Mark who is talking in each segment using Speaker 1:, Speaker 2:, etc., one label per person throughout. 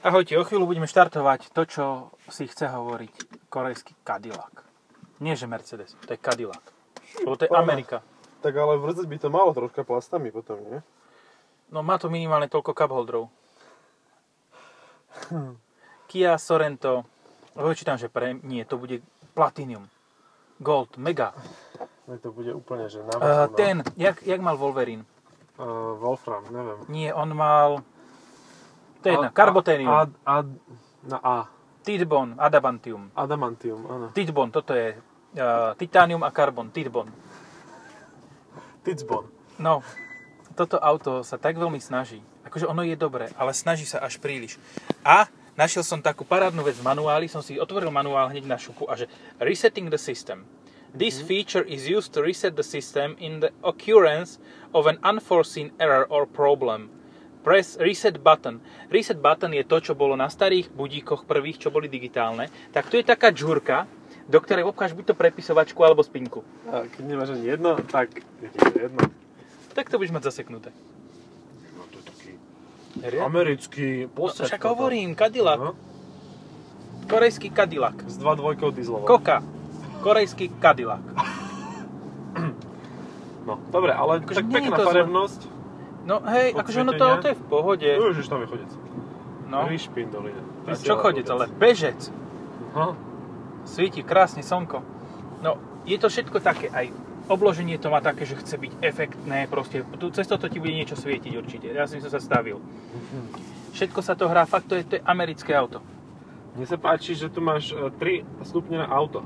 Speaker 1: Ahojte, o chvíľu budeme štartovať to, čo si chce hovoriť korejský Cadillac. Nie, že Mercedes, to je Cadillac. Lebo to je
Speaker 2: Áno.
Speaker 1: Amerika.
Speaker 2: Tak ale vrzať by to malo troška plastami potom, nie?
Speaker 1: No má to minimálne toľko cupholderov.
Speaker 2: Hm.
Speaker 1: Kia Sorento. Lebo čítam, že pre... Nie, to bude Platinum. Gold, Mega.
Speaker 2: No to bude úplne, že na
Speaker 1: Uh,
Speaker 2: vrchu, no.
Speaker 1: ten, jak, jak mal Wolverine?
Speaker 2: Uh, Wolfram, neviem.
Speaker 1: Nie, on mal... To je jedna,
Speaker 2: A-
Speaker 1: Carbotenium,
Speaker 2: A, a, na A.
Speaker 1: Titbon, Adamantium.
Speaker 2: Adamantium, áno.
Speaker 1: Titbon, toto je uh, Titanium a Carbon, Titbon.
Speaker 2: Titzbon.
Speaker 1: No, toto auto sa tak veľmi snaží. Akože ono je dobré, ale snaží sa až príliš. A našiel som takú parádnu vec v manuáli, som si otvoril manuál hneď na šupu a že Resetting the system. This feature is used to reset the system in the occurrence of an unforeseen error or problem. Press reset button. Reset button je to, čo bolo na starých budíkoch prvých, čo boli digitálne. Tak tu je taká džurka, do ktorej obcháš buď to prepisovačku alebo spinku.
Speaker 2: A keď nemáš ani jedno, tak je to jedno.
Speaker 1: Tak to budeš mať zaseknuté.
Speaker 2: No to je taký
Speaker 1: Riadne.
Speaker 2: americký posed.
Speaker 1: No, však
Speaker 2: toto.
Speaker 1: hovorím, Cadillac.
Speaker 2: No,
Speaker 1: Korejský Cadillac.
Speaker 2: s 2.2 dieselov.
Speaker 1: Koka. Korejský Cadillac.
Speaker 2: No, dobre, ale
Speaker 1: Akože
Speaker 2: tak
Speaker 1: nie je
Speaker 2: pekná
Speaker 1: to zle.
Speaker 2: farebnosť.
Speaker 1: No hej, akože ono to
Speaker 2: Odsvietenia.
Speaker 1: auto je v pohode.
Speaker 2: No, už tam je chodec.
Speaker 1: No.
Speaker 2: Ríšpin dolina.
Speaker 1: A Čo chodec, ale bežec.
Speaker 2: No,
Speaker 1: Svieti krásne slnko. No, je to všetko také aj obloženie to má také, že chce byť efektné, proste tu, cez toto ti bude niečo svietiť určite. Ja som sa stavil. Všetko sa to hrá, fakt to je, to je americké auto.
Speaker 2: mne sa páči, že tu máš 3 stupne na auto.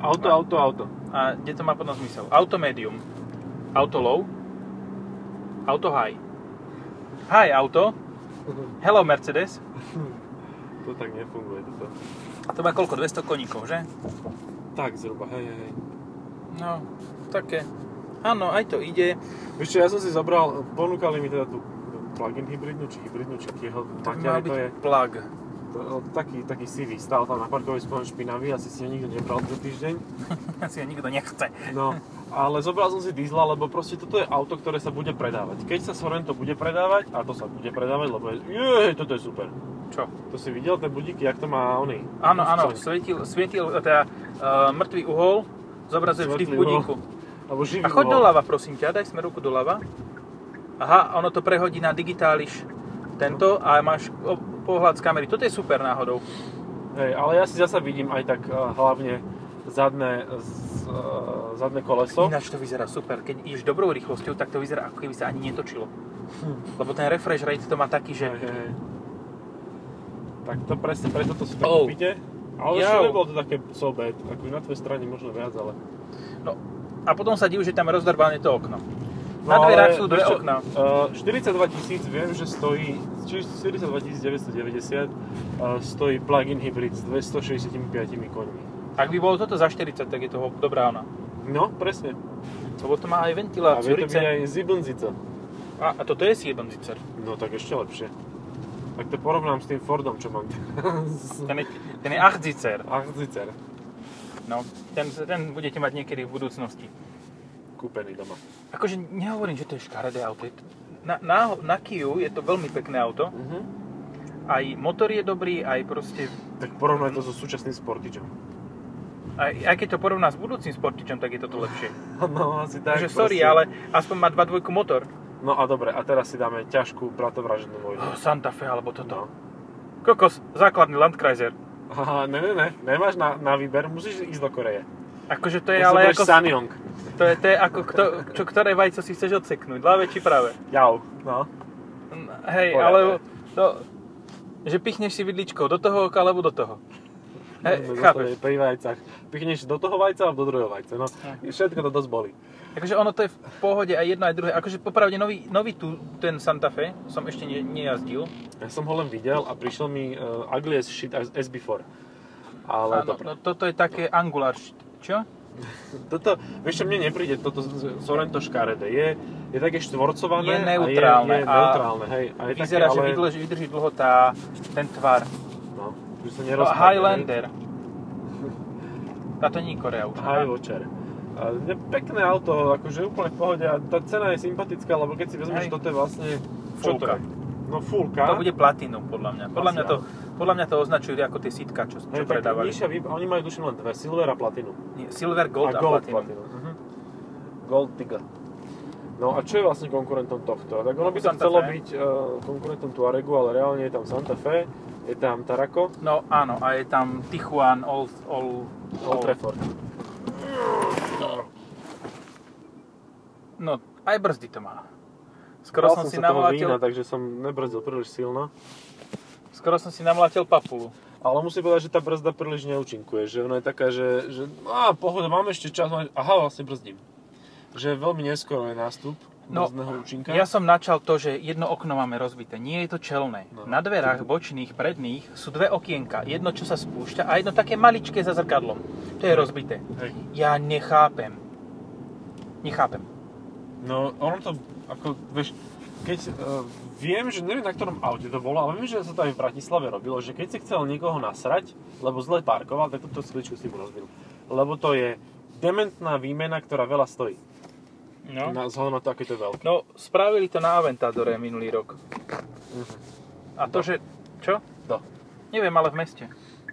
Speaker 2: Auto,
Speaker 1: No.
Speaker 2: auto, auto.
Speaker 1: A kde to má potom zmysel? Auto medium, auto low, auto high. High auto, hello Mercedes,
Speaker 2: To tak nefunguje toto.
Speaker 1: To má koľko? 200 koníkov, že?
Speaker 2: Tak zhruba, hej, hej. hej.
Speaker 1: No, také. Áno, aj to ide.
Speaker 2: Vieš čo, ja som si zobral, ponúkali mi teda tú plug-in hybridnú, či hybridnú, či tieho,
Speaker 1: Tak
Speaker 2: Maťari,
Speaker 1: mal
Speaker 2: to je
Speaker 1: byť plug.
Speaker 2: to, taký, taký sivý, stál tam na parkovisku len špinavý, asi si ho nikto nebral ten týždeň.
Speaker 1: Asi ho nikto nechce.
Speaker 2: No, ale zobral som si diesla, lebo proste toto je auto, ktoré sa bude predávať. Keď sa Sorento bude predávať, a to sa bude predávať, lebo je, jej, toto je super.
Speaker 1: Čo? No,
Speaker 2: To si videl, ten budík, jak to má oný?
Speaker 1: Áno, áno,
Speaker 2: Úzcoň.
Speaker 1: svietil, svietil teda uh, mŕtvý uhol, zobrazuje vždy v
Speaker 2: Mŕtvý
Speaker 1: budíku.
Speaker 2: Alebo živý
Speaker 1: A choď
Speaker 2: uhol.
Speaker 1: doľava, prosím ťa, daj smerovku doľava. Aha, ono to prehodí na digitáliš tento a máš o- pohľad z kamery. Toto je super náhodou.
Speaker 2: Hej, ale ja si zasa vidím aj tak eh, hlavne zadné, z, eh, zadné koleso.
Speaker 1: Ináč to vyzerá super. Keď ideš dobrou rýchlosťou, tak to vyzerá, ako keby sa ani netočilo. Lebo ten refresh rate to má taký, že...
Speaker 2: Hej, hej. Tak to presne, preto to sú tak
Speaker 1: Oh.
Speaker 2: oh. pite. Ale
Speaker 1: Jau.
Speaker 2: ešte nebolo to také sobet, akože na tvojej strane možno viac, ale...
Speaker 1: No a potom sa div, že tam je rozdrbané to okno.
Speaker 2: No,
Speaker 1: Na dverách
Speaker 2: ale
Speaker 1: sú dve
Speaker 2: vieš čo,
Speaker 1: okná.
Speaker 2: eh, 42 tisíc viem, že stojí, či 42 990 eh, stojí plug-in hybrid s 265 koňmi.
Speaker 1: Ak by bolo toto za 40, tak je to ho- dobrá ona.
Speaker 2: No, presne.
Speaker 1: Lebo to má aj
Speaker 2: A
Speaker 1: ventiláciu,
Speaker 2: vie to byť
Speaker 1: rice.
Speaker 2: aj zibnzica.
Speaker 1: A, a toto je Siebenzicer.
Speaker 2: No tak ešte lepšie. Tak to porovnám s tým Fordom, čo mám teraz.
Speaker 1: Ten je, ten je Achzicer.
Speaker 2: Achzicer,
Speaker 1: No, ten, ten budete mať niekedy v budúcnosti.
Speaker 2: kúpený doma.
Speaker 1: Akože nehovorím, že to je škaredé auto. Je to, na, na, na Kiu je to veľmi pekné auto.
Speaker 2: Mhm.
Speaker 1: Aj motor je dobrý, aj proste...
Speaker 2: Tak porovnaj to so súčasným Sportičom.
Speaker 1: Aj, aj keď to porovná s budúcim Sportičom, tak je toto lepšie.
Speaker 2: No asi tak.
Speaker 1: Takže sorry,
Speaker 2: proste.
Speaker 1: ale aspoň má 2.2 motor.
Speaker 2: No a dobre, a teraz si dáme ťažkú bratovražednú vojnu.
Speaker 1: Oh, Santa Fe alebo toto.
Speaker 2: No.
Speaker 1: Kokos, základný Landkreiser.
Speaker 2: Aha, ne, ne, ne, nemáš na, na výber, musíš ísť do Koreje.
Speaker 1: Akože to je
Speaker 2: Musíš
Speaker 1: ale
Speaker 2: brať
Speaker 1: ako...
Speaker 2: Sanyong.
Speaker 1: To je, to je ako, kto, čo, ktoré vajco si chceš odseknúť, ľavé či pravé.
Speaker 2: Jau, no.
Speaker 1: Mm, Hej,
Speaker 2: Poriadne.
Speaker 1: ale to, že pichneš si vidličkou do toho oka, alebo do toho. Hej,
Speaker 2: No,
Speaker 1: E, chápeš?
Speaker 2: zostane Pri vajcach. Pichneš do toho vajca alebo do druhého vajca, no.
Speaker 1: Hm.
Speaker 2: Všetko to dosť boli.
Speaker 1: Takže Akože ono to je v pohode aj jedno, aj druhé. Akože popravde nový, nový tu, ten Santa Fe som ešte ne, nejazdil.
Speaker 2: Ja som ho len videl a prišiel mi uh, ugly as shit as, as before. Ale
Speaker 1: Áno,
Speaker 2: dobre.
Speaker 1: no, toto je také angular, š- čo?
Speaker 2: Toto, vieš čo, mne nepríde toto z- Sorento škaredé. Je, je také štvorcované.
Speaker 1: Je neutrálne
Speaker 2: A je, je
Speaker 1: a
Speaker 2: neutrálne, hej. A je
Speaker 1: Vyzerá,
Speaker 2: také,
Speaker 1: že
Speaker 2: ale...
Speaker 1: vydlž, vydrží dlho tá, ten tvar.
Speaker 2: No, už sa
Speaker 1: No,
Speaker 2: nerozpadne.
Speaker 1: Highlander. Táto nie je Korea už.
Speaker 2: High Watcher. A je pekné auto, akože úplne v pohode a tá cena je sympatická, lebo keď si vezmeš,
Speaker 1: Hej.
Speaker 2: toto je vlastne...
Speaker 1: Fúlka.
Speaker 2: je? No, no fullka.
Speaker 1: To bude platinum, podľa mňa. Podľa
Speaker 2: Asi
Speaker 1: mňa to,
Speaker 2: áno.
Speaker 1: podľa mňa to označujú ako tie sitka, čo, čo
Speaker 2: Hej, tak
Speaker 1: predávali.
Speaker 2: nižšia výba- oni majú duším len dve, silver a platinum.
Speaker 1: Nie, Silver, gold a, platinum.
Speaker 2: Mhm. Gold Tiga. No a čo je vlastne konkurentom tohto? Tak ono by to
Speaker 1: Santa
Speaker 2: chcelo
Speaker 1: Fe.
Speaker 2: byť eh, konkurentom Tuaregu, ale reálne je tam Santa Fe, je tam Tarako,
Speaker 1: No áno, a je tam Tichuan, Old, Old,
Speaker 2: Old Trafford.
Speaker 1: No, aj brzdy to má. Skoro
Speaker 2: Dal
Speaker 1: som, si
Speaker 2: sa toho vína,
Speaker 1: namlátil,
Speaker 2: takže som nebrzdil príliš silno.
Speaker 1: skoro som si namlátil papulu.
Speaker 2: Ale musím povedať, že tá brzda príliš neúčinkuje, že ona je taká, že, že á, pohoda, mám ešte čas, mám- aha, vlastne brzdím. Že veľmi neskoro je nástup
Speaker 1: No,
Speaker 2: brzdného účinka.
Speaker 1: Ja som načal to, že jedno okno máme rozbité. Nie je to čelné.
Speaker 2: No.
Speaker 1: Na dverách bočných, predných sú dve okienka. Jedno, čo sa spúšťa a jedno také maličké za zrkadlom. To
Speaker 2: No.
Speaker 1: je rozbité.
Speaker 2: Hej.
Speaker 1: Ja nechápem. Nechápem.
Speaker 2: No, ono to, ako, vieš, keď uh, viem, že neviem, na ktorom aute to bolo, ale viem, že sa to aj v Bratislave robilo, že keď si chcel niekoho nasrať, lebo zle parkoval, tak túto skličku si mu rozbil. Lebo to je dementná výmena, ktorá veľa stojí.
Speaker 1: No.
Speaker 2: Na, vzhľadom na to, aké to je veľké.
Speaker 1: No, spravili to na Aventadore minulý rok. Mhm. A to, že... Čo?
Speaker 2: No.
Speaker 1: Neviem, ale v meste.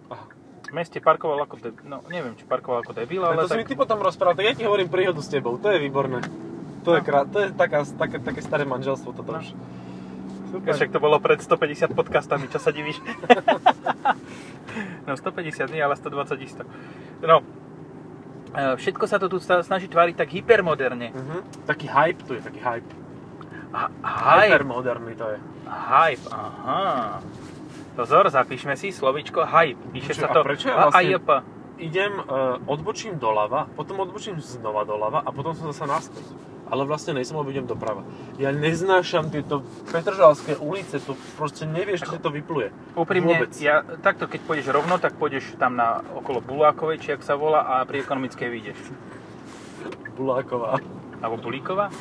Speaker 2: Aha.
Speaker 1: V meste parkoval ako debil. No, neviem, či parkoval ako debil,
Speaker 2: Ale
Speaker 1: ale
Speaker 2: No, to si mi
Speaker 1: tak...
Speaker 2: ty potom rozprával, tak ja ti hovorím príhodu s tebou, to je výborné. To je, krá, to je taká, také, také staré manželstvo toto
Speaker 1: No.
Speaker 2: už.
Speaker 1: Keď Však to bolo pred 150 podcastami, čo sa divíš? no 150 nie, ale 120 isto. No, e, všetko sa to tu sta- snaží tváriť tak hypermoderne.
Speaker 2: Mhm. Taký hype tu je, taký hype.
Speaker 1: Ha- Hype,
Speaker 2: Hypermoderný to je.
Speaker 1: hype, aha. Pozor, zapíšme si slovíčko hype. Píše sa
Speaker 2: Čo, a
Speaker 1: to
Speaker 2: prečo je vlastne-
Speaker 1: AIP.
Speaker 2: idem, e, odbočím doľava, potom odbočím znova doľava a potom som zasa naspäť. Ale vlastne nejsem, lebo idem doprava. Ja neznášam tieto Petržalské ulice, to proste nevieš, čo ti to vypluje.
Speaker 1: Úprimne,
Speaker 2: Vôbec.
Speaker 1: ja, takto keď pôjdeš rovno, tak pôjdeš tam na okolo Bulákovej, či ak sa volá, a pri ekonomickej vyjdeš.
Speaker 2: Buláková.
Speaker 1: Alebo Bulíková?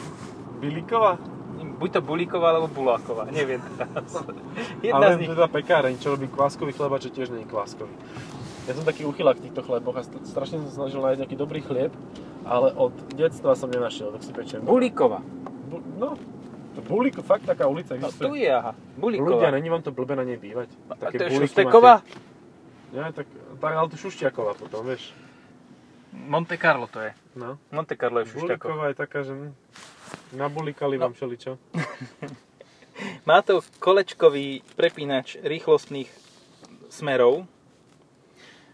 Speaker 2: Biliková?
Speaker 1: Buď to Bulíková, alebo Buláková, neviem teraz. Jedna z
Speaker 2: Ale
Speaker 1: nich.
Speaker 2: teda pekáreň, čo robí kváskový chleba, čo tiež nie je kváskový. Ja som taký uchylak v týchto chleboch a st- strašne som sa snažil nájsť nejaký dobrý chlieb, ale od detstva som nenašiel, tak si pečem.
Speaker 1: Bulíková.
Speaker 2: Bu- no, to Buliko, fakt taká ulica
Speaker 1: No
Speaker 2: existuje.
Speaker 1: tu je, aha.
Speaker 2: Ľudia,
Speaker 1: Bulíková.
Speaker 2: není vám to blbé na nej bývať?
Speaker 1: A to je
Speaker 2: buliky
Speaker 1: Šusteková?
Speaker 2: máte. Nie, tak, tak ale to Šušťaková potom, vieš.
Speaker 1: Monte Carlo to je.
Speaker 2: No.
Speaker 1: Monte Carlo je Šušťakov.
Speaker 2: Buliková je taká, že hm, nabulikali
Speaker 1: No.
Speaker 2: vám všeličo.
Speaker 1: Má to kolečkový prepínač rýchlostných smerov.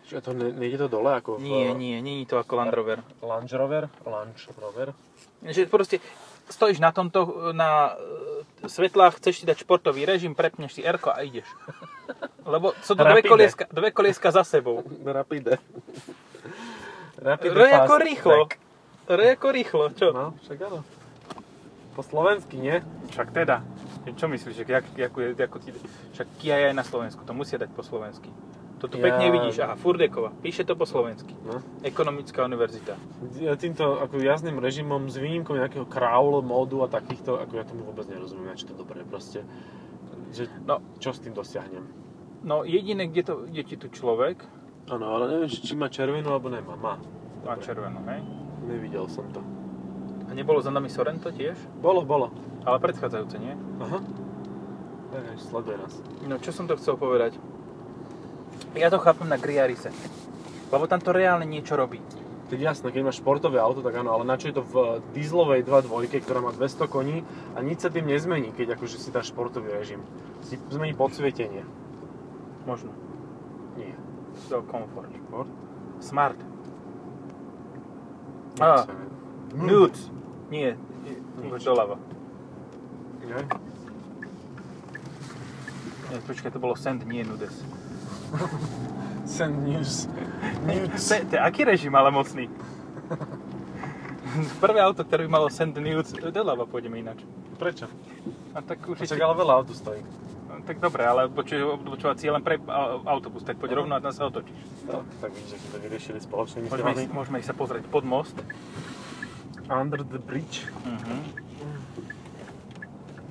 Speaker 2: Čo, to ne, nejde to dole ako
Speaker 1: Nie,
Speaker 2: v
Speaker 1: nie, nie je to ako Land Rover.
Speaker 2: Lange Rover? Lange Rover.
Speaker 1: Že proste stojíš na tomto, na e, svetlách, chceš si dať športový režim, prepneš si r a ideš. Lebo sú to dve
Speaker 2: Rapide.
Speaker 1: kolieska, dve kolieska za sebou.
Speaker 2: Rapide. No, Rapide
Speaker 1: R ako
Speaker 2: fast
Speaker 1: rýchlo.
Speaker 2: track.
Speaker 1: R ako rýchlo, čo?
Speaker 2: No, však áno. Po slovensky, nie?
Speaker 1: Však teda. Čo myslíš, že jak, jakú, je- jakú ti... Však Kia je aj na Slovensku, to musia dať po slovensky. To tu
Speaker 2: Ja-
Speaker 1: pekne vidíš, aha, Furdekova, píše to po slovensky.
Speaker 2: No.
Speaker 1: Ekonomická univerzita.
Speaker 2: Ja týmto ako jazdným režimom s výnimkou nejakého crawl módu a takýchto, ako ja tomu vôbec nerozumiem, na čo to dobré proste. Že,
Speaker 1: No.
Speaker 2: Čo s tým dosiahnem?
Speaker 1: No jediné, kde, to, kde ti tu človek,
Speaker 2: Áno, ale neviem, či či má červenú alebo nemá. Má.
Speaker 1: má červeno, hej?
Speaker 2: Nevidel som to.
Speaker 1: A nebolo za nami Sorento tiež?
Speaker 2: Bolo, bolo.
Speaker 1: Ale predchádzajúce, nie?
Speaker 2: Aha. Tak aj sleduje nás.
Speaker 1: No čo som to chcel povedať? Ja to chápem na Griarise. Lebo tam to reálne niečo robí.
Speaker 2: Teď jasné, keď máš športové auto, tak áno, ale na čo je to v eh, dieselovej 2.2, ktorá má 200 koní a nič sa tým nezmení, keď akože si dáš športový režim. Si zmení podsvietenie.
Speaker 1: Možno.
Speaker 2: Nie.
Speaker 1: To komfort.
Speaker 2: Šport?
Speaker 1: Smart.
Speaker 2: Ah.
Speaker 1: Á, nude. Nie, nie,
Speaker 2: Nič.
Speaker 1: doľava.
Speaker 2: Nie?
Speaker 1: Nie, Počkaj, to bolo send, nie nudes.
Speaker 2: Send news. News.
Speaker 1: To je- to je aký režim, ale mocný. Prvé auto, ktoré by malo send nudes, doľava pôjdeme ináč.
Speaker 2: Prečo?
Speaker 1: A tak určite...
Speaker 2: Však ale veľa auto stojí.
Speaker 1: No, Tak dobre, ale odbočuje- odbočovací je len pre a, autobus, tak poď rovno a tam sa otočíš.
Speaker 2: No, tak vidíš, že sme to vyriešili spoločnými
Speaker 1: Môžeme,
Speaker 2: silami.
Speaker 1: ísť, môžeme ísť sa pozrieť pod most.
Speaker 2: Under the bridge.
Speaker 1: Mhm.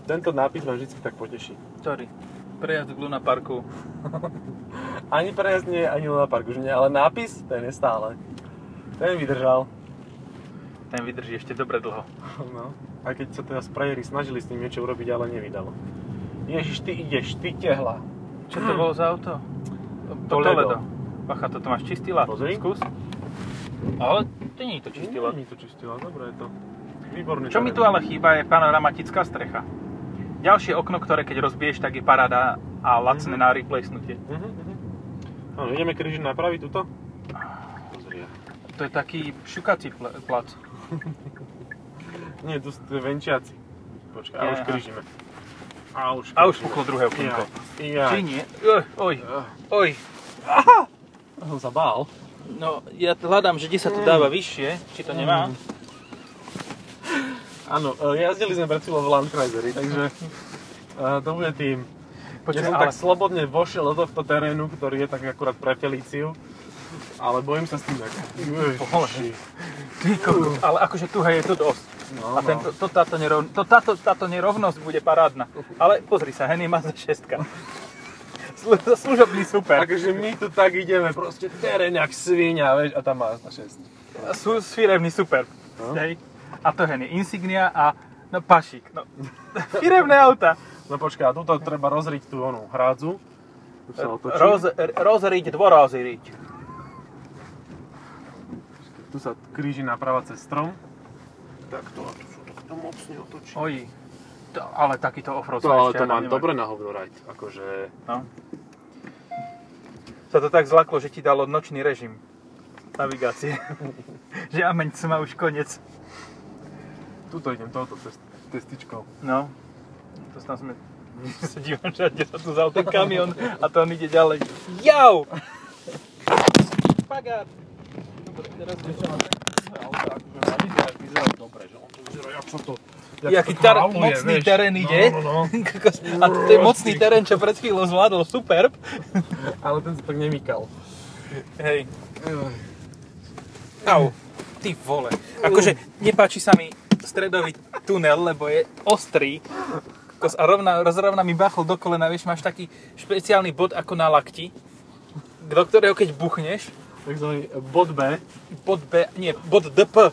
Speaker 2: Tento nápis ma vždy tak poteší.
Speaker 1: Ktorý? Prejazd k Luna Parku.
Speaker 2: Ani prejazd nie, ani Luna Park už nie, ale nápis, ten je stále. Ten vydržal.
Speaker 1: Ten vydrží ešte dobre dlho.
Speaker 2: No. Aj keď sa teda sprajeri snažili s tým niečo urobiť, ale nevydalo. Ježiš, ty ideš, ty tehla.
Speaker 1: Čo to bolo za auto?
Speaker 2: Toledo.
Speaker 1: Bacha, toto máš čistý lát.
Speaker 2: Pozri.
Speaker 1: Skús. Ale to nie je to čistý lát.
Speaker 2: Nie je to čistila, dobre je to. Výborný.
Speaker 1: Čo mi tu ale chýba je panoramatická strecha. Ďalšie okno, ktoré keď rozbiješ, tak je paráda a lacné
Speaker 2: Mhm.
Speaker 1: na replacnutie.
Speaker 2: Mhm, mhm. Áno, ideme kríži napraviť tuto? Pozri.
Speaker 1: To je taký šukací pl- plac.
Speaker 2: Nie, tu sú tie venčiaci. Počkaj, a
Speaker 1: Ja,
Speaker 2: už
Speaker 1: a-
Speaker 2: krížime. A už
Speaker 1: A už puklo druhé okienko.
Speaker 2: Ja. Ah.
Speaker 1: Či nie? Oj, oj, oj.
Speaker 2: Ja som sa bál.
Speaker 1: No, ja t- hľadám, že kde sa to
Speaker 2: Mm.
Speaker 1: dáva vyššie, či to nemá.
Speaker 2: Mm. Áno, e, jazdili sme pred chvíľou v Landkreiseri, takže e, to bude tým.
Speaker 1: Počkaj,
Speaker 2: ja som
Speaker 1: ale-
Speaker 2: tak slobodne vošiel do tohto terénu, ktorý je tak akurát pre Felíciu, ale bojím sa s tým tak.
Speaker 1: Bože. Ty kokos, ale akože tu hej, je to dosť.
Speaker 2: No,
Speaker 1: A tento, to, táto, nerov, to, táto, táto nerovnosť bude parádna. Ale pozri sa, Henny má za šestka. Slu, služobný super.
Speaker 2: Takže my tu tak ideme, proste terén jak svinia, vieš, a tam má na 6.
Speaker 1: Sú firemný super.
Speaker 2: No.
Speaker 1: Hej. A to Henny, insignia a no, pašik. No. Firemné auta.
Speaker 2: No počkaj, a tuto treba rozriť tú onú hrádzu. Tu sa otočí.
Speaker 1: Roz, rozriť, dvorozriť.
Speaker 2: Tu sa kríži naprava cez strom. Takto, a tu sa takto mocne otočí.
Speaker 1: Oj, to, ale takýto offroad
Speaker 2: To,
Speaker 1: som
Speaker 2: ale
Speaker 1: ešte
Speaker 2: to
Speaker 1: hádam
Speaker 2: mám
Speaker 1: nemal.
Speaker 2: dobre na hovno rať, akože...
Speaker 1: No. Sa to tak zlaklo, že ti dalo nočný režim navigácie. že ameň má už konec.
Speaker 2: Tuto idem touto cez testičkou.
Speaker 1: No. To tam sme... sa dívam, že ide sa tu za ten kamion a to on ide ďalej. Jau! Pagát! Dobre, teraz niečo mám.
Speaker 2: Vyzerá dobre, že on to vyzerá, jak sa to...
Speaker 1: Jaký tar- mocný terén ide.
Speaker 2: No, no, no.
Speaker 1: Kokos, A to je mocný terén, čo pred chvíľou zvládol. Superb.
Speaker 2: Ale ten sa tak nemýkal.
Speaker 1: Hej. Au, ty vole. Akože nepáči sa mi stredový tunel, lebo je ostrý. Kokos, A rovna, rozrovna mi bachol do kolena, vieš, máš taký špeciálny bod ako na lakti, do ktorého keď buchneš,
Speaker 2: Takzvaný bod B.
Speaker 1: bod B, nie, bod DP,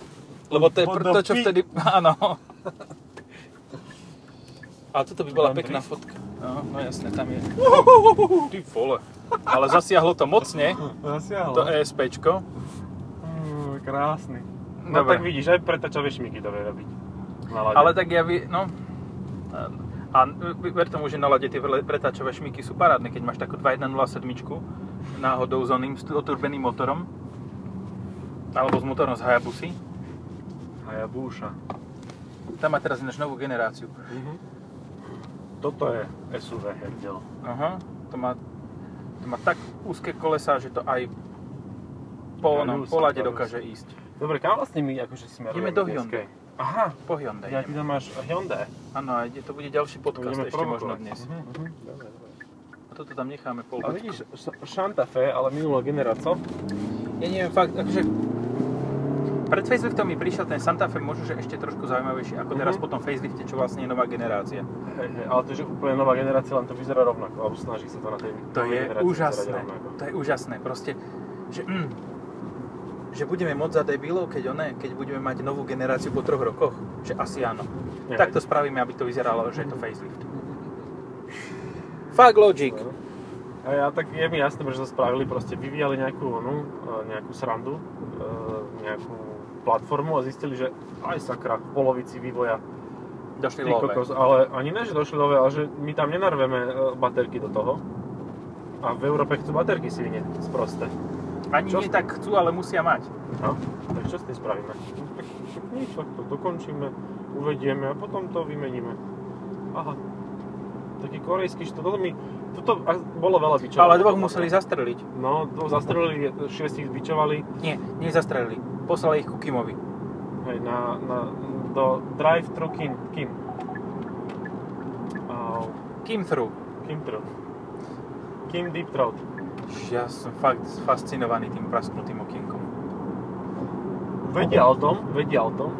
Speaker 1: lebo to je
Speaker 2: Bod
Speaker 1: pr- to, čo
Speaker 2: DP.
Speaker 1: vtedy, áno. A toto by bola
Speaker 2: Landry?
Speaker 1: pekná fotka. No, no jasné, tam je. Ty vole. Ale zasiahlo to mocne,
Speaker 2: Zasiahol.
Speaker 1: to E ESPčko.
Speaker 2: Mm, krásny. No
Speaker 1: Dobre.
Speaker 2: tak vidíš, aj pretačové šmiky to vie robiť. Na lade.
Speaker 1: Ale tak ja vy, no... A ver tomu, že na lade tie vrle- pretáčové šmiky sú parádne, keď máš takú 2107 náhodou s oným s oturbeným motorom. Alebo s motorom z Hayabusy.
Speaker 2: Hayabusa.
Speaker 1: Tam má teraz ináč novú generáciu.
Speaker 2: Toto je SUV hrdel.
Speaker 1: Aha, to má, to má tak úzke kolesa, že to aj po,
Speaker 2: Dajú
Speaker 1: no,
Speaker 2: sa,
Speaker 1: po lade
Speaker 2: dajú
Speaker 1: dokáže ísť.
Speaker 2: Dobre, kam vlastne my akože smerujeme?
Speaker 1: Ideme do Hyundai.
Speaker 2: dneska? Aha,
Speaker 1: Po Hyundai.
Speaker 2: ja ty tam máš Hyundai.
Speaker 1: Áno, a ide- to bude ďalší podcast
Speaker 2: Budeme
Speaker 1: ešte možno
Speaker 2: provokovať.
Speaker 1: dnes.
Speaker 2: Mhm, mhm, dobre, dobre.
Speaker 1: A toto tam necháme pol
Speaker 2: A vidíš, Š- Santa Fe, ale minulá generácia.
Speaker 1: Ja neviem, fakt, akože... Pred faceliftom mi prišiel ten Santa Fe možno, že ešte trošku zaujímavejší ako teraz
Speaker 2: Mhm.
Speaker 1: po tom facelifte, čo vlastne je nová generácia.
Speaker 2: Hej, hej, ale to je že úplne nová generácia, len to vyzerá rovnako, alebo snaží sa to na tej
Speaker 1: To
Speaker 2: novej
Speaker 1: je
Speaker 2: generácii
Speaker 1: úžasné,
Speaker 2: vyzerať rovnako.
Speaker 1: to je úžasné, proste, že, mm, že budeme moc za debilov, keď oné, keď budeme mať novú generáciu po troch rokoch, že asi áno.
Speaker 2: Hej.
Speaker 1: Tak to spravíme, aby to vyzeralo, že je to facelift. Fuck logic.
Speaker 2: No. A ja, tak je mi jasné, prečo to spravili, proste vyvíjali nejakú onu, e, nejakú srandu, e, nejakú platformu a zistili, že aj sakra, v polovici vývoja
Speaker 1: Došli
Speaker 2: Ty
Speaker 1: love.
Speaker 2: kokos, ale ani ne, že došli nové, ale že my tam nenarveme e, baterky do toho. A v Európe chcú baterky si vynieť, sproste.
Speaker 1: Ani
Speaker 2: Čo
Speaker 1: nie tak chcú, ale musia mať.
Speaker 2: No, tak čo s tým spravíme? No, Tak, tak nič, tak to dokončíme, uvedieme a potom to vymeníme. Aha. Taký korejský štát, toto mi, toto a- bolo veľa bičov.
Speaker 1: Ale dvoch museli zastreliť.
Speaker 2: No, to zastrelili, e, šiestich zbičovali
Speaker 1: Nie, nezastrelili. Poslali ich ku Kimovi.
Speaker 2: hej, na, na, do drive-thru Kim. Kim. Au,
Speaker 1: Kim through.
Speaker 2: Kim Trout. Kim Deep Trout.
Speaker 1: Ja som fakt fascinovaný tým prasknutým okienkom.
Speaker 2: Vedia o tom, vedia o tom.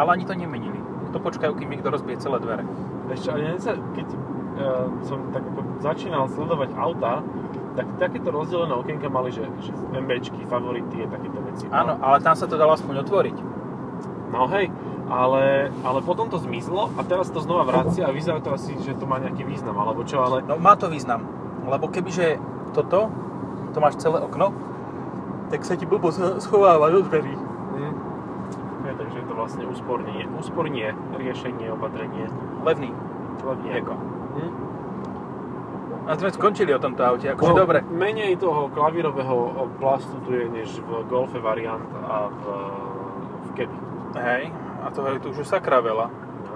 Speaker 1: Ale ani to nemenili. To počkajú, kým niekto rozbije celé dvere.
Speaker 2: Ešte, ale ja sa, keď e, som tak ako začínal sledovať auta, tak takéto rozdelené okienka mali, že, že MBčky, favority a takéto veci.
Speaker 1: Áno, ale tam sa to dalo aspoň otvoriť.
Speaker 2: No hej, ale, ale potom to zmizlo a teraz to znova vracia a vyzerá to asi, že to má nejaký význam, alebo čo, ale
Speaker 1: No má to význam, lebo kebyže toto, to máš celé okno, tak sa ti blbo z- schováva do dverí.
Speaker 2: Hm. Ja, takže je to vlastne úspornie, úspornie riešenie, opatrenie.
Speaker 1: Levný.
Speaker 2: Levne.
Speaker 1: Eko.
Speaker 2: Hm?
Speaker 1: A sme skončili o tomto aute, akože dobre.
Speaker 2: Menej toho klavírového plastu tu je, než v golfe variant a v, v kebi.
Speaker 1: Hej, a to je tu už je sakra veľa.
Speaker 2: No.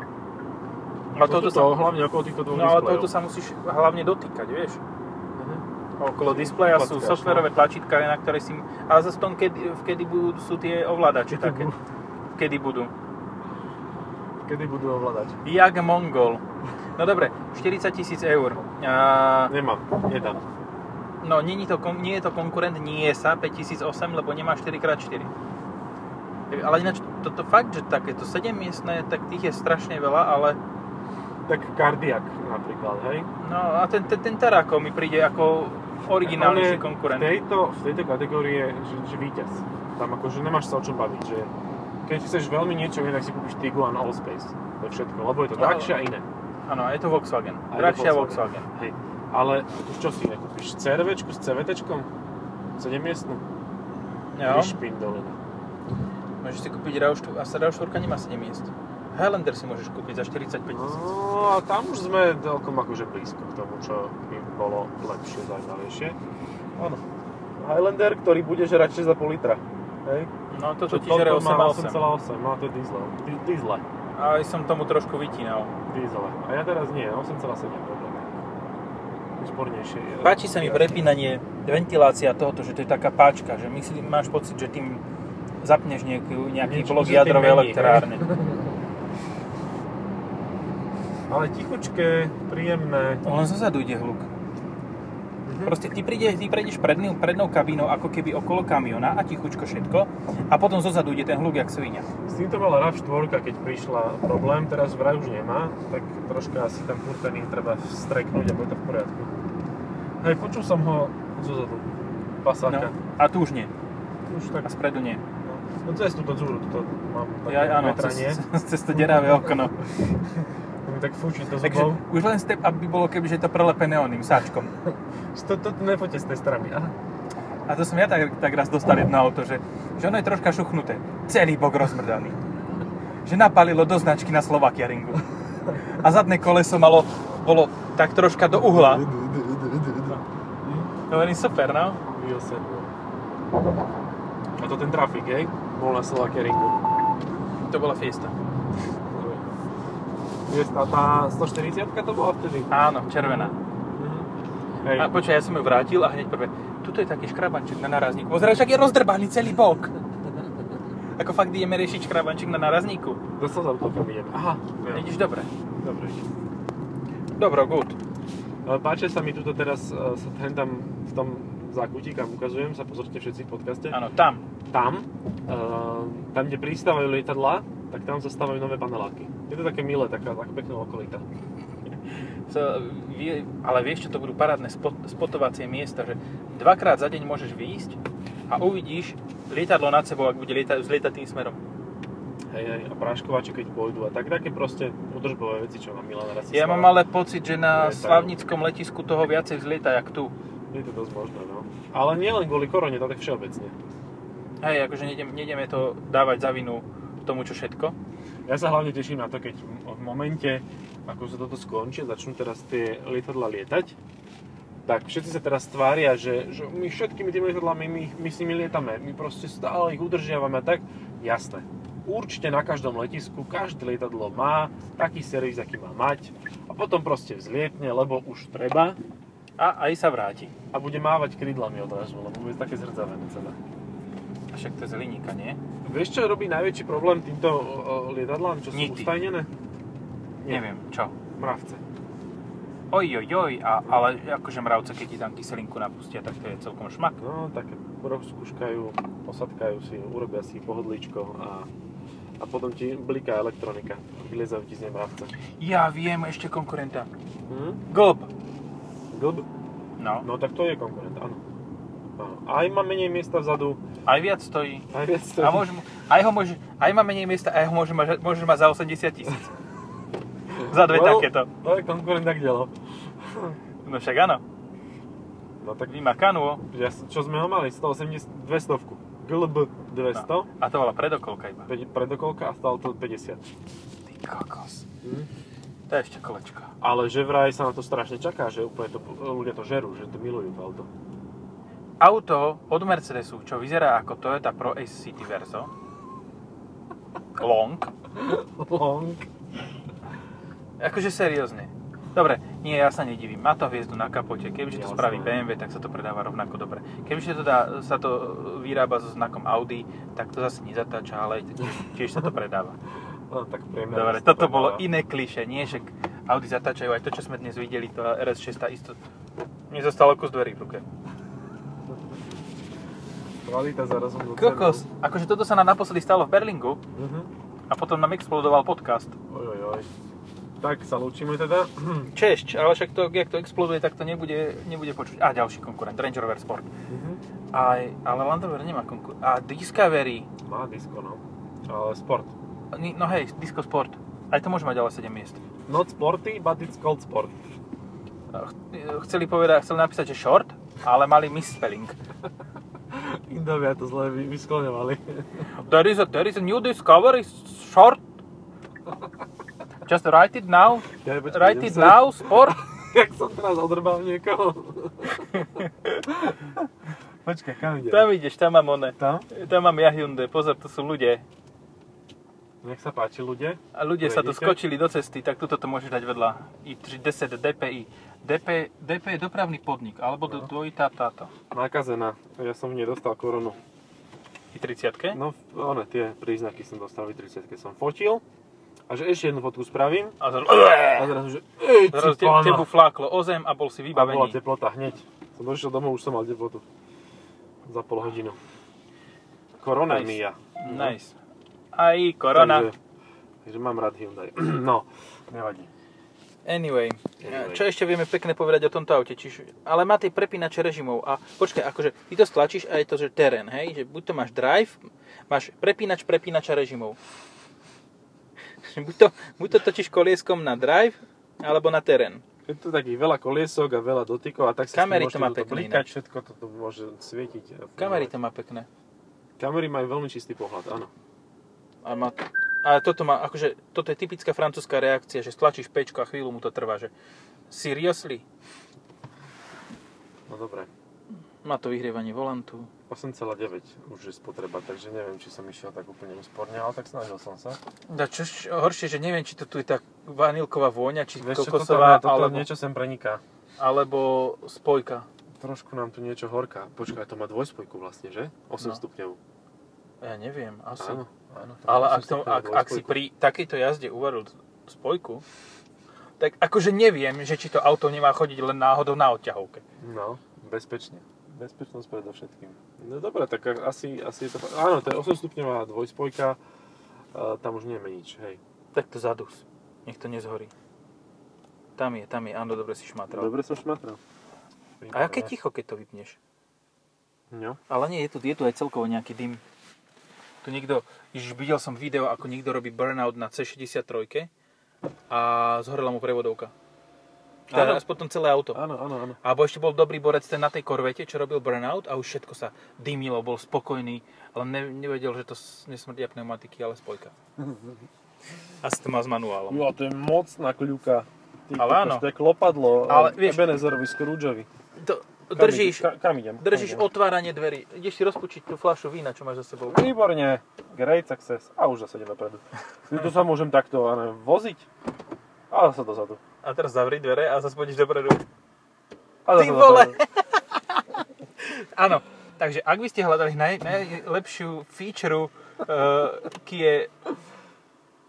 Speaker 1: A toto sa,
Speaker 2: hlavne okolo týchto dvoch
Speaker 1: no ale
Speaker 2: displejov.
Speaker 1: tohoto sa musíš hlavne dotýkať, vieš.
Speaker 2: Mhm. no.
Speaker 1: Okolo displeja sú
Speaker 2: Tlačkáš,
Speaker 1: softverové tlačítka, na ktoré si... Ale zase v tom, kedy, v kedy budú, sú tie ovládače
Speaker 2: Kedy
Speaker 1: také.
Speaker 2: budú.
Speaker 1: Kedy budú.
Speaker 2: Kedy budú ovládať?
Speaker 1: Jak Mongol. No dobre, 40 tisíc eur. A,
Speaker 2: Nemám, nedám.
Speaker 1: no nie je, to, kon- nie je to konkurent Niesa 5008, lebo nemá 4x4. Ale ináč, toto fakt, že takéto 7 miestne, tak tých je strašne veľa, ale
Speaker 2: Tak Cardiac napríklad, hej?
Speaker 1: no a ten, ten, ten Tarako mi príde ako originálnejší konkurent.
Speaker 2: V tejto, v tejto kategórii je že, že víťaz. Tam akože nemáš sa o čom baviť, že keď chceš veľmi niečo iné, tak si kúpiš Tiguan Allspace. To je všetko, lebo je to
Speaker 1: No.
Speaker 2: drahšie a iné.
Speaker 1: Áno, je to Volkswagen.
Speaker 2: A je to
Speaker 1: Drahšia
Speaker 2: Volkswagen.
Speaker 1: Volkswagen.
Speaker 2: Hej. Ale už čo si iné kúpiš? CRVčku s CVTčkom? 7 miestnu?
Speaker 1: Jo.
Speaker 2: Špindolina.
Speaker 1: Môžeš si kúpiť RAV4 a sa RAV4 nemá 7 miest. Highlander si môžeš kúpiť za 45 tisíc.
Speaker 2: No a tam už sme celkom akože blízko k tomu, čo by bolo lepšie, zaujímavejšie. Áno. Highlander, ktorý bude žerať 6,5 litra. Hej.
Speaker 1: No toto ti
Speaker 2: Toto
Speaker 1: žere
Speaker 2: má
Speaker 1: 8,8.
Speaker 2: 8,8, no to je diesel. Di- Diesel.
Speaker 1: A som tomu trošku vytínal.
Speaker 2: Diesel. A ja teraz nie, 8,7 dobre. Úspornejšie. je.
Speaker 1: Páči sa mi prepínanie, ventilácia tohoto, že to je taká páčka, že myslí, máš pocit, že tým zapneš nejaký, nejaký
Speaker 2: Niečo,
Speaker 1: blok
Speaker 2: čo sa tým
Speaker 1: jadrovej
Speaker 2: mení,
Speaker 1: elektrárne.
Speaker 2: Ale tichučké, príjemné.
Speaker 1: No, Len zozadu ide hluk. Proste ty, príde, ty prejdeš predným, prednou kabínou ako keby okolo kamiona a tichučko všetko a potom zozadu ide ten hluk jak svinia.
Speaker 2: S týmto mala RAV4, keď prišla problém, teraz vraj už nemá, tak troška asi tam furt ten im treba streknúť a bude to v poriadku. Hej, počul som ho zo zadu. Pasáka.
Speaker 1: No, a tu už nie.
Speaker 2: No. Už
Speaker 1: A
Speaker 2: tak.
Speaker 1: spredu nie.
Speaker 2: No, no cez túto dzúru, to mám také
Speaker 1: Ja, áno,
Speaker 2: vetranie.
Speaker 1: cez, cez to deravé okno.
Speaker 2: To mi tak fúči do
Speaker 1: Takže
Speaker 2: zubov.
Speaker 1: už len step up by bolo, keby že to prelepené oným sáčkom.
Speaker 2: To, to, to nepoďte z tej strany. Aha.
Speaker 1: A to som ja tak, tak raz dostal jedno auto, že, že ono je troška šuchnuté. Celý bok rozmrdaný. Že napalilo do značky na Slovakia ringu. A zadné koleso malo, bolo tak troška do uhla.
Speaker 2: Hm?
Speaker 1: Hovorím, super, no.
Speaker 2: Vyjel sa. A to ten trafik, hej? Bol na Slovakia ringu.
Speaker 1: To bola fiesta.
Speaker 2: Je tá, tá 140 to bola vtedy?
Speaker 1: Áno, červená.
Speaker 2: Hej.
Speaker 1: A počkaj, ja som ju vrátil a hneď prvé, tuto je taký škrabanček na narazníku. Pozeraj, však je rozdrbaný celý bok. Ako fakt ideme riešiť škrabanček na narazníku.
Speaker 2: Dostal sa to tam idem. Aha,
Speaker 1: Ja. Ideš
Speaker 2: vidíš?
Speaker 1: dobre.
Speaker 2: Dobre.
Speaker 1: Dobro, good.
Speaker 2: Ale Páčia sa mi tuto teraz, e, sa ten tam v tom zákutí, kam ukazujem, sa pozrite všetci v podcaste.
Speaker 1: Áno, tam.
Speaker 2: Tam, e, tam kde pristávajú lietadla, tak tam sa stavajú nové paneláky. Je to také milé, taká, taká pekná okolita.
Speaker 1: To vie- Ale vieš, čo to budú parádne spot, spotovacie miesta, že dvakrát za deň môžeš výjsť a uvidíš lietadlo nad sebou, ak bude lieta, vzlietať tým smerom.
Speaker 2: Hej, hej, a práškovače keď pôjdu a tak také proste udržbové veci, čo mám Milan raz
Speaker 1: Ja mám ale pocit, že na
Speaker 2: Lietajú.
Speaker 1: Slavnickom letisku toho viacej vzlieta, jak tu.
Speaker 2: Je to dosť možné, no. Ale nie len kvôli korone, to tak všeobecne.
Speaker 1: Hej, akože nejdem, nejdeme to dávať za vinu tomu, čo všetko.
Speaker 2: Ja sa hlavne teším na to, keď v v momente, ako sa toto skončí, začnú teraz tie lietadla lietať, tak všetci sa teraz tvária, že, že my všetkými tými lietadlami, my, my s nimi lietame, my proste stále ich udržiavame a tak. Jasné. Určite na každom letisku každé lietadlo má taký servis, aký má mať a potom proste vzlietne, lebo už treba
Speaker 1: A aj sa vráti.
Speaker 2: a bude mávať krídlami odrazu, lebo bude také zrdzavené celé.
Speaker 1: A však to je z hliníka, nie?
Speaker 2: Vieš, čo robí najväčší problém týmto o, o, lietadlám, čo sú
Speaker 1: Nity.
Speaker 2: ustajnené? Nie.
Speaker 1: Neviem, čo.
Speaker 2: Mravce.
Speaker 1: Oj, oj, oj, a, ale akože mravce, keď ti tam kyselinku napustia, tak to je celkom šmak.
Speaker 2: No, tak rozkúškajú, posadkajú si, urobia si pohodlíčko a, a potom ti bliká elektronika. Vylezajú ti z nej mravce.
Speaker 1: Ja viem ešte konkurenta.
Speaker 2: Hm?
Speaker 1: Gob.
Speaker 2: Glb?
Speaker 1: No.
Speaker 2: No tak to je konkurent, áno. Áno. Aj má menej miesta vzadu,
Speaker 1: Aj viac stojí.
Speaker 2: aj viac stojí.
Speaker 1: A môže, aj, ho môže, aj má menej miesta, aj ho môže, mať- môže mať za 80 tisíc. za dve
Speaker 2: Well,
Speaker 1: takéto.
Speaker 2: To je konkurent tak ďalej.
Speaker 1: No však áno.
Speaker 2: No tak,
Speaker 1: Vy má kanuo.
Speaker 2: ja, som- čo sme ho mali? 180, 200. GLB 200, no.
Speaker 1: A to bola predokolka iba.
Speaker 2: predokolka a stalo to 50.
Speaker 1: Ty kokos. To je ešte kolečko.
Speaker 2: Ale že vraj sa na to strašne čaká, že úplne to, ľudia to žerú, že to milujú to auto.
Speaker 1: Auto od Mercedesu, čo vyzerá ako Toyota Pro Ace City Verso. Long.
Speaker 2: Long.
Speaker 1: Akože seriózne. Dobre, nie, ja sa nedivím. Má to hviezdu na kapote. Kebyže to
Speaker 2: Jasné.
Speaker 1: spraví BMW, tak sa to predáva rovnako dobre. Kebyže to dá, sa to vyrába so znakom Audi, tak to zase nezatáča, ale tiež sa to predáva.
Speaker 2: No, tak príjemné.
Speaker 1: Dobre, no.
Speaker 2: mesto
Speaker 1: toto
Speaker 2: predáva.
Speaker 1: bolo iné kliše, nie, že Audi zatáčajú aj to, čo sme dnes videli, to RS6 isto. Mne zostalo kus dverí v ruke.
Speaker 2: Kvalita za rozumnú cenu.
Speaker 1: Kokos, akože toto sa nám naposledy stalo v Berlingu
Speaker 2: Mhm.
Speaker 1: a potom nám explodoval podcast.
Speaker 2: Oj, oj, oj. Tak sa lúčime teda.
Speaker 1: Češť, ale však to, jak to exploduje, tak to nebude, nebude počuť. A ďalší konkurent, Range Rover Sport.
Speaker 2: Mhm.
Speaker 1: Aj, ale Land Rover nemá konkurent. A Discovery,
Speaker 2: Má disko, no. Ale sport.
Speaker 1: Ni- no hej, Disco Sport. Aj to môže mať ale 7 miest.
Speaker 2: Not sporty, but it's called sport.
Speaker 1: Ch- e, Chceli povedať, chceli napísať, že short, ale mali misspelling.
Speaker 2: Indovia to zle vy- vyskloňovali.
Speaker 1: There is a, there is a new discovery short. Just write it now.
Speaker 2: Ja, počkaj,
Speaker 1: Write
Speaker 2: idem
Speaker 1: it
Speaker 2: sa-
Speaker 1: now, sport.
Speaker 2: Jak som teraz odrbal niekoho. Počkaj, kam ide?
Speaker 1: Tam ideš, tam mám one.
Speaker 2: Tam?
Speaker 1: Tam mám ja Hyundai, pozor, to sú ľudia.
Speaker 2: Nech sa páči, ľudia.
Speaker 1: A ľudia sa tu
Speaker 2: Vidíte?
Speaker 1: skočili do cesty, tak tuto to môžeš dať vedľa. I310 DPI. DP, DP je dopravný podnik, alebo no. dvojitá táto.
Speaker 2: Nakazená. Ja som v nej dostal koronu.
Speaker 1: I30?
Speaker 2: No, one, tie príznaky som dostal v 30 som fotil. A že ešte jednu fotku spravím.
Speaker 1: A zrazu,
Speaker 2: A zrazu, že ej,
Speaker 1: zrazu
Speaker 2: ci
Speaker 1: te, tebu
Speaker 2: pána.
Speaker 1: fláklo o zem a bol si
Speaker 2: A bola
Speaker 1: vybavený.
Speaker 2: teplota hneď. Som došiel domov, už som mal teplotu. Za pol hodinu. Korona
Speaker 1: Nice.
Speaker 2: nice. mia.
Speaker 1: Nice. Aj korona.
Speaker 2: Takže, takže mám rád Hyundai. No, nevadí.
Speaker 1: Anyway,
Speaker 2: Anyway.
Speaker 1: čo ešte vieme pekne povedať o tomto aute? Čiže, ale má tie prepínače režimov a počkaj, akože ty to stlačíš a je to že terén, hej? Že buď to máš drive, máš prepínač prepínača režimov. Že buď to, buď to točíš kolieskom na drive, alebo na terén.
Speaker 2: Je tu takých veľa koliesok a veľa dotykov a tak sa
Speaker 1: Kamery to má pekné
Speaker 2: blikať, všetko to tu môže svietiť. a fungovať.
Speaker 1: Kamery to má pekné.
Speaker 2: Kamery majú veľmi čistý pohľad, áno.
Speaker 1: A, má, a toto má, akože, toto je typická francúzska reakcia, že stlačíš pečko a chvíľu mu to trvá, že seriously?
Speaker 2: No dobre.
Speaker 1: Má to vyhrievanie volantu.
Speaker 2: 8,9 už je spotreba, takže neviem, či som išiel tak úplne úsporne, ale tak snažil som sa.
Speaker 1: Da čo, čo horšie, že neviem, či to tu je tá vanilková vôňa, či
Speaker 2: Vieš čo, toto,
Speaker 1: kokosová,
Speaker 2: toto
Speaker 1: alebo,
Speaker 2: niečo sem preniká.
Speaker 1: alebo spojka.
Speaker 2: Trošku nám tu niečo horká. Počkaj, to má dvojspojku vlastne, že?
Speaker 1: No.
Speaker 2: 8 stupňov.
Speaker 1: Ja neviem, asi.
Speaker 2: Áno, áno. to má
Speaker 1: Ale ak, to,
Speaker 2: 8 stupňov
Speaker 1: ak, ak si
Speaker 2: dvojspojku.
Speaker 1: pri takejto jazde uvaril spojku, tak akože neviem, že či to auto nemá chodiť len náhodou na odťahovke.
Speaker 2: No, bezpečne. Bezpečnosť predovšetkým. No dobre, tak asi, asi je to... Áno, to je 8 stupňová dvojspojka, e, tam už nie je nič, hej.
Speaker 1: Tak to zadus. Nech to nezhorí. Tam je, tam je. Áno, dobre si šmatral.
Speaker 2: Dobre som šmatral.
Speaker 1: A aké ticho, keď to vypneš?
Speaker 2: No.
Speaker 1: Ale nie, je tu, je tu aj celkovo nejaký dym. Tu niekto, ježiš, videl som video, ako niekto robí burnout na C63 a zhorela mu prevodovka.
Speaker 2: Áno.
Speaker 1: Teraz potom celé auto.
Speaker 2: Áno, áno, áno.
Speaker 1: Alebo ešte bol dobrý borec ten na tej korvete, čo robil burnout a už všetko sa dymilo, bol spokojný, ale ne, nevedel, že to s- nesmrdia pneumatiky, ale spojka. Asi to má s manuálom.
Speaker 2: Jo, to je mocná kľuka. Ty,
Speaker 1: Ale
Speaker 2: kokos,
Speaker 1: áno.
Speaker 2: To je klopadlo
Speaker 1: Ale
Speaker 2: ale,
Speaker 1: vieš-
Speaker 2: vieš, Ebenezerovi Scroogeovi.
Speaker 1: To,
Speaker 2: Kam idem?
Speaker 1: držíš,
Speaker 2: Ka- kam idem?
Speaker 1: držíš
Speaker 2: kam idem?
Speaker 1: otváranie dverí. Ideš si rozpučiť tú fľašu vína, čo máš za sebou.
Speaker 2: Výborne, great success. A už zase idem dopredu. No tu sa môžem takto áno, voziť. A zase dozadu.
Speaker 1: A teraz zavri dvere a zase pôjdeš dopredu.
Speaker 2: A
Speaker 1: Ty
Speaker 2: zase dopredu.
Speaker 1: vole! Áno, takže ak by ste hľadali naj, najlepšiu feature uh, Kia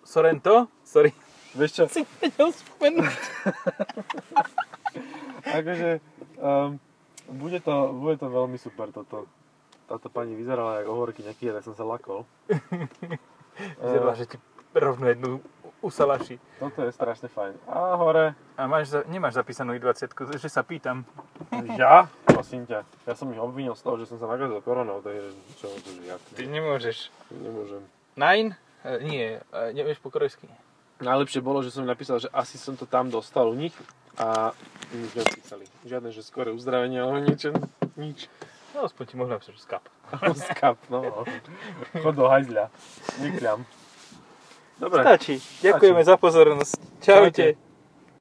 Speaker 1: Sorento, sorry,
Speaker 2: Vieš čo,
Speaker 1: si vedel spomenúť.
Speaker 2: akože, um, bude, to, bude to veľmi super toto. Táto pani vyzerala ako hovorky nejaký, tak som sa lakol.
Speaker 1: Vyzerala,
Speaker 2: Eh,
Speaker 1: že ti rovno jednu usalaši.
Speaker 2: toto je strašne fajn. A hore,
Speaker 1: A máš za, nemáš zapísanú i20, že sa pýtam.
Speaker 2: ja? prosím ťa. Ja som ich obvinil z toho, že som sa nakazil koronou, takže čo, že ja
Speaker 1: Ty nemôžeš.
Speaker 2: nemôžem.
Speaker 1: Nine? E, nie, e, nevieš po korejsky.
Speaker 2: Najlepšie bolo, že som im napísal, že asi som to tam dostal u nich a nič nepísali. Žiadne, že skore uzdravenie alebo niečo, nič.
Speaker 1: No, aspoň ti mohli napísať, že skap.
Speaker 2: Skap, no. Chod do hajzľa. Vykľam. Dobre.
Speaker 1: Stačí. Ďakujeme za pozornosť. Čaute.
Speaker 2: Čaute.